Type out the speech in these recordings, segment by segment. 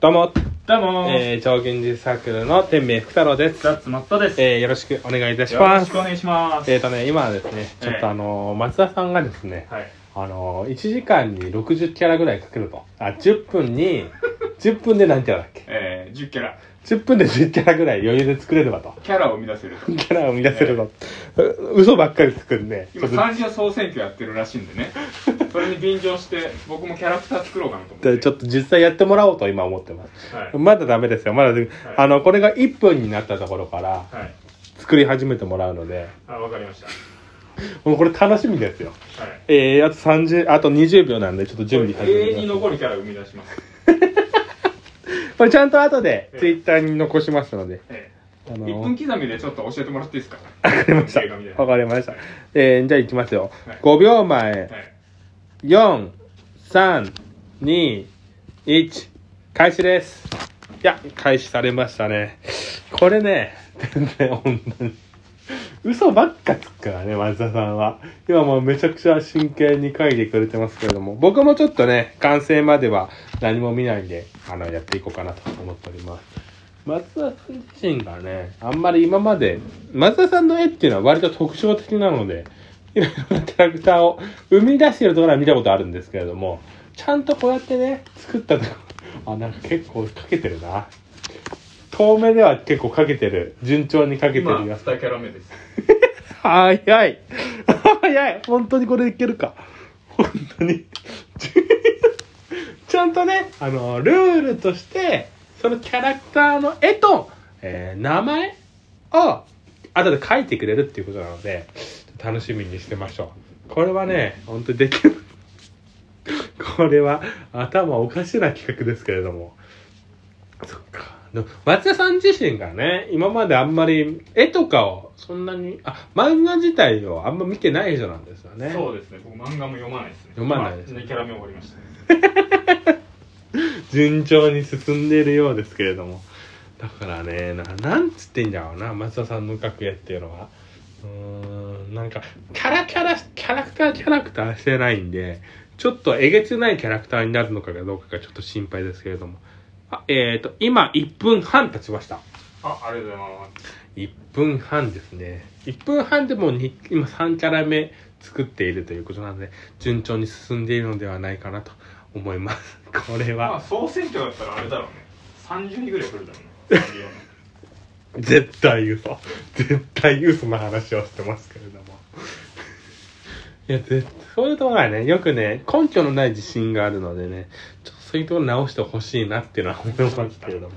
どうも、どうもー、えー、超現実サークルの天命福太郎ですザ。ッツマットです。えー、よろしくお願いいたしよろましすくお。願いします。えーとね、今はですね、ちょっとあのー、松田さんがですね、はい。あのー、1時間に60キャラぐらいかけると。あ、10分に、10分 で何キャラだっけえー、10キャラ。 ?10 分で10キャラぐらい余裕で作れればと。キャラを生み出せると。キャラを生み出せれば。嘘ばっかりつくんで、ちょ今、っと三社総選挙やってるらしいんで ね。それに便乗して、僕もキャラクター作ろうかなと思っでて。ちょっと実際やってもらおうと今思ってます。はい。まだダメですよ。まだ、あの、これが1分になったところからはい。作り始めてもらうので、あ、わかりました。もうこれ楽しみですよ。はい。えー、あと30、あと20秒なんで、ちょっと準備始め永てくださ遠にい。残るキャラを生み出します。これちゃんと後でえ、えツイッターに残しますので。えあー、の1分刻みでちょっと教えてもらっていいですかわかりました。映画みたいなわかりました。えー、じゃあ行きますよはい。 5秒前、はい。 4、3、2、1、開始です。いや、開始されましたね。これね、 全然本当に。嘘ばっかつくからね、松田さんは。今もうめちゃくちゃ真剣に書いてくれてますけれども、僕もちょっとね、完成までは何も見ないんで、あの、やっていこうかなと思っております。松田さん自身がね、あんまり今まで、松田さんの絵っていうのは割と特徴的なので、いろいろなキャラクターを生み出しているところは見たことあるんですけれども、ちゃんとこうやってね、作ったところ、あ、なんか結構かけてるな。遠目では結構かけてる。順調にかけてる今、気が2すキるャラ目です。早い早い本当にこれいけるか本当に ちゃんとねあのルールとしてそのキャラクターの絵と、えー名前を後で書いてくれるっていうことなので楽しみにしてましょうこれはね本当にできるこれは頭おかしな企画ですけれどもそっか。でも松田さん自身がね、今まであんまり絵とかをそんなに、あ、漫画自体をあんま見てない人なんですよね。そうですね。僕、漫画も読まないですね。読まないですね。2キャラ目終わりました。順調に進んでいるようですけれども。だからね、ななんつってんだろうな、松田さんの学絵っていうのは。うーん、なんか、キャラキャラ、キャラクターキャラクターしてないんで、ちょっとえげつないキャラクターになるのかどうかがちょっと心配ですけれども。あ、えっ、ー、と、今1分半経ちました。あ、ありがとうございます。 1分半ですね1分半でもうに今3キャラ目作っているということなので順調に進んでいるのではないかなと思いますこれまあ、は総選挙だったらあれだろうね。30人ぐらい来るだろうね。絶対嘘絶対嘘の話をしてますけれどもいや絶そういうところはねよくね根拠のない自信があるのでねちょっとそういうところ直してほしいなっていうのは思いますけれども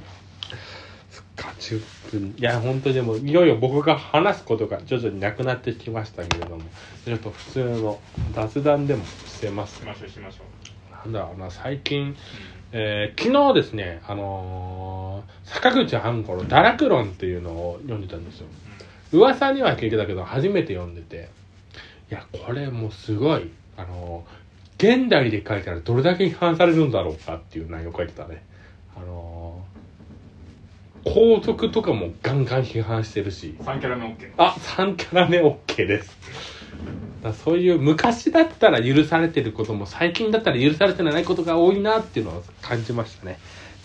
そっか10分いや本当にでもいよいよ僕が話すことが徐々になくなってきましたけれどもちょっと普通の雑談でもしてますしましょうしましょう、なんだろうな最近えー昨日ですね、あのー坂口半五郎「堕落論」っていうのを読んでたんですよ噂には聞いてたけど初めて読んでていやこれもうすごいあのー現代で書いたらどれだけ批判されるんだろうかっていう内容書いてたねあのー皇族とかもガンガン批判してるしうん、3キャラ目 OK あ3キャラ目 OK ですだからそういう昔だったら許されてることも最近だったら許されてないことが多いなっていうのを感じましたね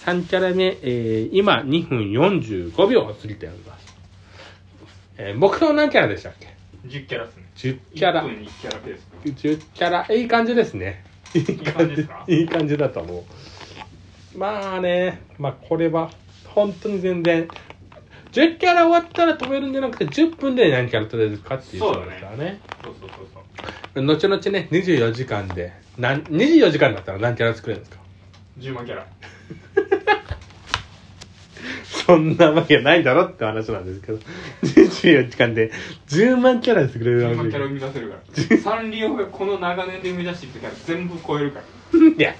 3キャラ目、えー今2分45秒過ぎております、えー目標何キャラでしたっけ10キャラっすね10キャラ1分に1キャラペース10キャラいい感じですねいい感じですか いい感じだと思うまあねまあこれは本当に全然10キャラ終わったら止めるんじゃなくて10分で何キャラ取れるかっていうそうこだとねですからねそうそうそうそう後々ね24時間で何24時間だったら何キャラ作れるんですか10万キャラそんなわけないだろって話なんですけど24時間で10万キャラ作れる10らし万いキャラ生み出せる からサンリオがこの長年で生み出してきたキャラ全部超えるからいや、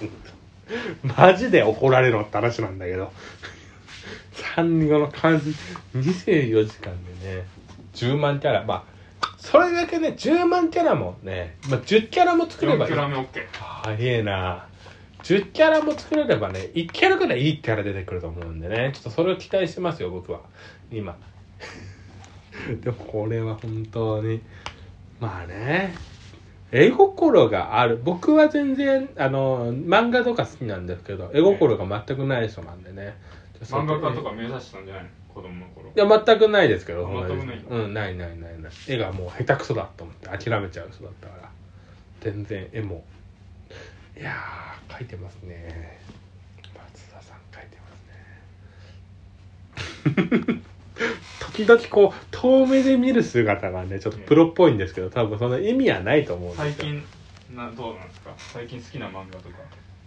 マジで怒られろって話なんだけど。産後の感じ、24時間でね、10万キャラ。まあ、それだけね、10万キャラもね、まあ、10キャラも作れば4いキいャ。ラ目 OK 早えな。10キャラも作れればね、1キャラぐらいいいキャラ出てくると思うんでね、ちょっとそれを期待してますよ、僕は。 今。でもこれは本当に。まあね。絵心がある僕は全然あの漫画とか好きなんですけど絵心が全くない人なんでね漫画家とか目指したんじゃないの子供の頃いや全くないですけどあ全くないほんまにうんないないないない絵がもう下手くそだと思って諦めちゃう人だったから全然絵もいやー描いてますね松田さん描いてますね 時々こう遠目で見る姿がねちょっとプロっぽいんですけど多分その意味はないと思うんですよ最近などうなんですか最近好きな漫画とか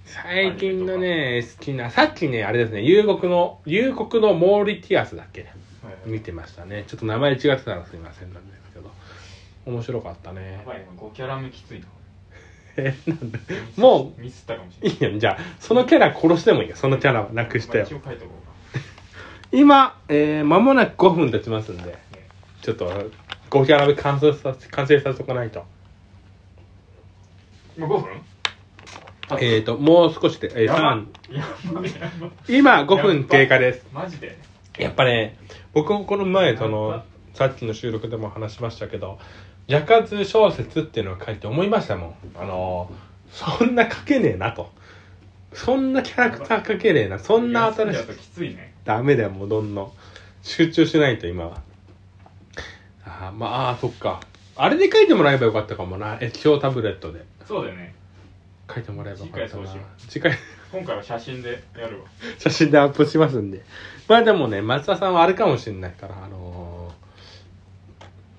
最近のね好きなさっきねあれですね遊国の遊国のモーリティアスだっけ見てましたねちょっと名前違ってたらすいませんなんですけど面白かったやねばいな5キャラ目きついなえなんでもうミスったかもしいれないいよじゃあそのキャラ殺してもいいよそのキャラはなくしてまあよ一応書いとこう今、えー、間もなく5分経ちますんでかねちょっと5キャラ目完成させ完成させておかないともう5分えーともう少しで、えー、やば3やばいやばい今5分経過ですマジでやっぱね僕もこの前そのさっきの収録でも話しましたけど若干小説っていうのを書いて思いましたもんあのそんな書けねえなとそんなキャラクター書けねえなそんな新しい休んじゃうときついねダメだよもうどんどん集中しないと今はあーまああーそっかあれで書いてもらえばよかったかもな液晶タブレットでそうだよね書いてもらえばよかったな次回そうしよ次回 今回は写真でやるわ写真でアップしますんで。まあでもね、松田さんはあれかもしれないから、あの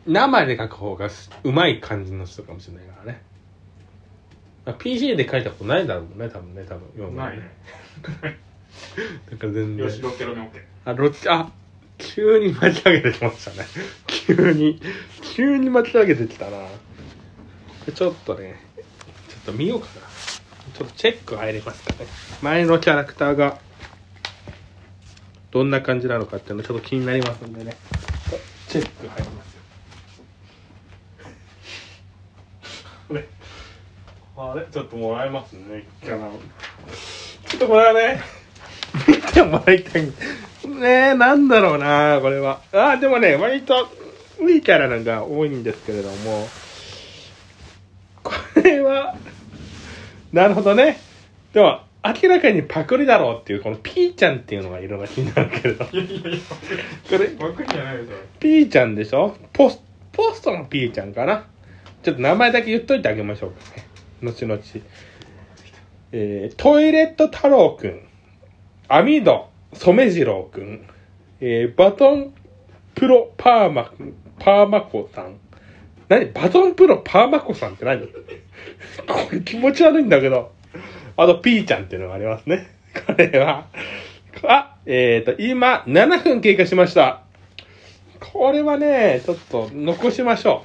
ー生で書く方がすうまい感じの人かもしれないからね。まあ、PC で書いたことないだろうね、多分ね、多分。今うままでいねだから全よし然。 6キャラ目 OK あ、ロッチ、あ、急に巻き上げてきましたね。 急に、急に巻き上げてきたな。でちょっとね、ちょっと見ようかな。ちょっとチェック入れますかね。前のキャラクターが、どんな感じなのかっていうのちょっと気になりますんでね。チェック入りますよ。これ、あれちょっともらえますね、一回なちょっとこれはね、見てもらいたい。ねえ、なんだろうな、これは。ああ、でもね、割と、いいキャラなんか多いんですけれども、これは、なるほどね。でも、明らかにパクリだろうっていう、このピーちゃんっていうのがいるのが気になるけれど。こいやいやいやれ、僕じゃないですよピーちゃんでしょポスポストのピーちゃんかなちょっと名前だけ言っといてあげましょうかね。後々。えー、トイレット太郎くん。網戸染次郎くん。えー、バトンプロパーマくん、パーマコさん。何バトンプロパーマコさんって何 これ気持ち悪いんだけど。あと、ピーちゃんっていうのがありますね。これは。あ、えっ、ー、と、今、7分経過しました。これはね、ちょっと残しましょ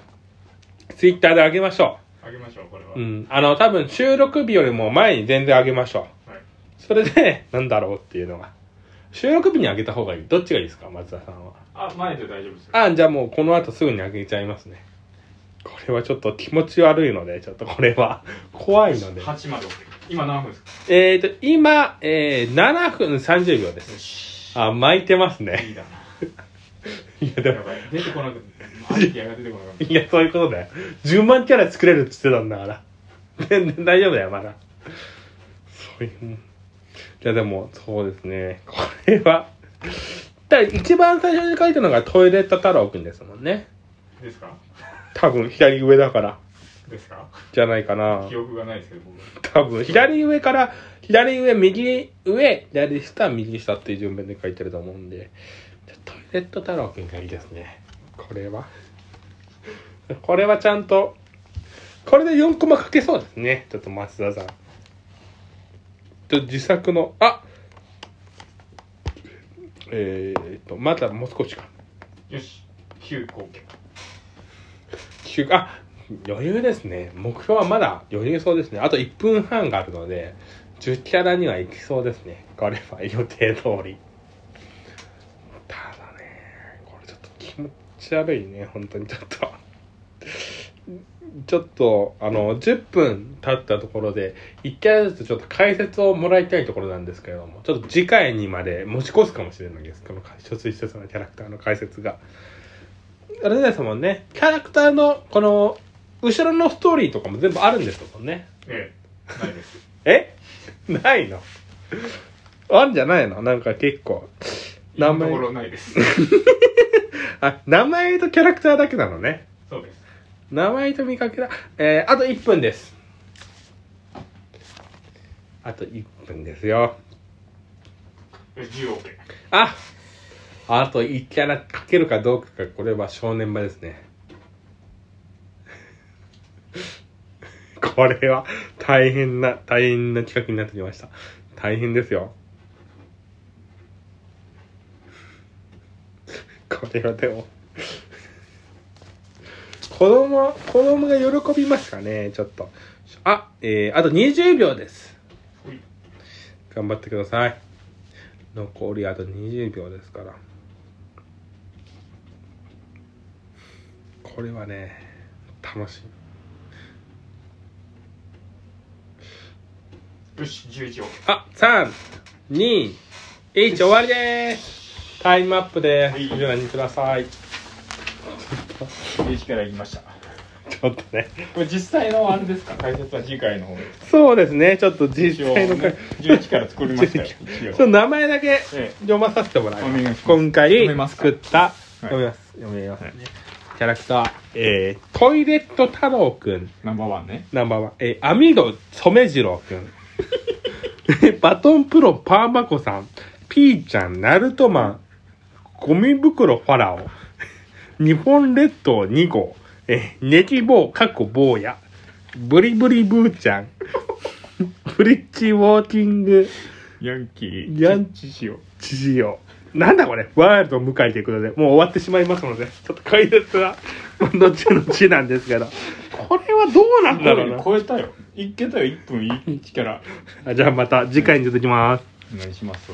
う。ツイッターで上げましょあげましょうこれは、う。うん。あの、多分収録日よりも前に全然上げましょう。はいそれで、 なんだろうっていうのが。収録日に上げた方がいい。どっちがいいですか松田さんは。あ前で大丈夫ですよあ、じゃあもうこの後すぐに上げちゃいますね。これはちょっと気持ち悪いので、ちょっとこれは 怖いので。 8まで OK 今何分ですかえっ、と、今、えー、7分30秒でよす。しあ、巻いてますいね。 いだないや、でもや、ばい出てこなくアイディアが出てこなかったいや、そういうことだよ。10万キャラ作れるって言ってたんだから。 全然大丈夫だよ、まだ。そういう。いや、でも、そうですね。これは。だから一番最初に書いたのがトイレット太郎くんですもんね。ですか多分、左上だから。ですかじゃないかな記。憶がないですけど僕 多分、左上から、左上、右上、左下、右下っていう順番で書いてると思うんで。じゃトイレット太郎くんがいいですね。これは。 これはちゃんと、これで4コマ書けそうですね。ちょっと松田さん。と自作の、あえー、っと、まだもう少しか。よし9後継休あ余裕ですね目標はまだ余裕そうですねあと1分半があるので10キャラには行きそうですねこれは予定通りただねこれちょっと気持ち悪いね本当にちょっとちょっとあの10分経ったところで1回ずつちょっと解説をもらいたいところなんですけれどもちょっと次回にまで持ち越すかもしれないですこの一つ一つのキャラクターの解説があれですもんねキャラクターのこの後ろのストーリーとかも全部あるんですもんねええないですえないのあんじゃないのなんか結構名今のと前ころないですあ名前とキャラクターだけなのねそうです名前と見かけだえー、あと1分ですあと1分ですよえ10億円ああと1キャラかけるかどうかがこれは正念場ですね これは大変な大変な企画になってきました大変ですよこれはでも子供子供が喜びますかねちょっとあえー、あと20秒ですほい頑張ってください残りあと20秒ですからこれはね楽しいよし11億あ三321終わりですタイムアップではいご覧ください円1から言いましたちょっとねこれ実際のあれですか解説は次回の方ですそうですねちょっと実際の、ね、11から作りましたよ一ちょっと応名前だけえ読まさせてもらいお願いしまますす今回読めますか作った、い読めます読めますね、はいキャラクター、えー、トイレット太郎くんナンバーワンねナンバーワン。えー、網戸染次郎くん。えーバトンプロパーマコさん。ピーちゃん、ナルトマン。ゴミ袋ファラオ。日本列島2号。えー、ネギ坊、過去坊や。ブリブリブーちゃん。ブリッジウォーキング、ヤンキーヤンチしよ知事よ。なんだこれワールド向井ということで、もう終わってしまいますので、ちょっと解説は、 後々なんですけど。これはどうなんだろうな。超えたよいけたよ1分1からあじゃあまた次回に出てきます。お願いします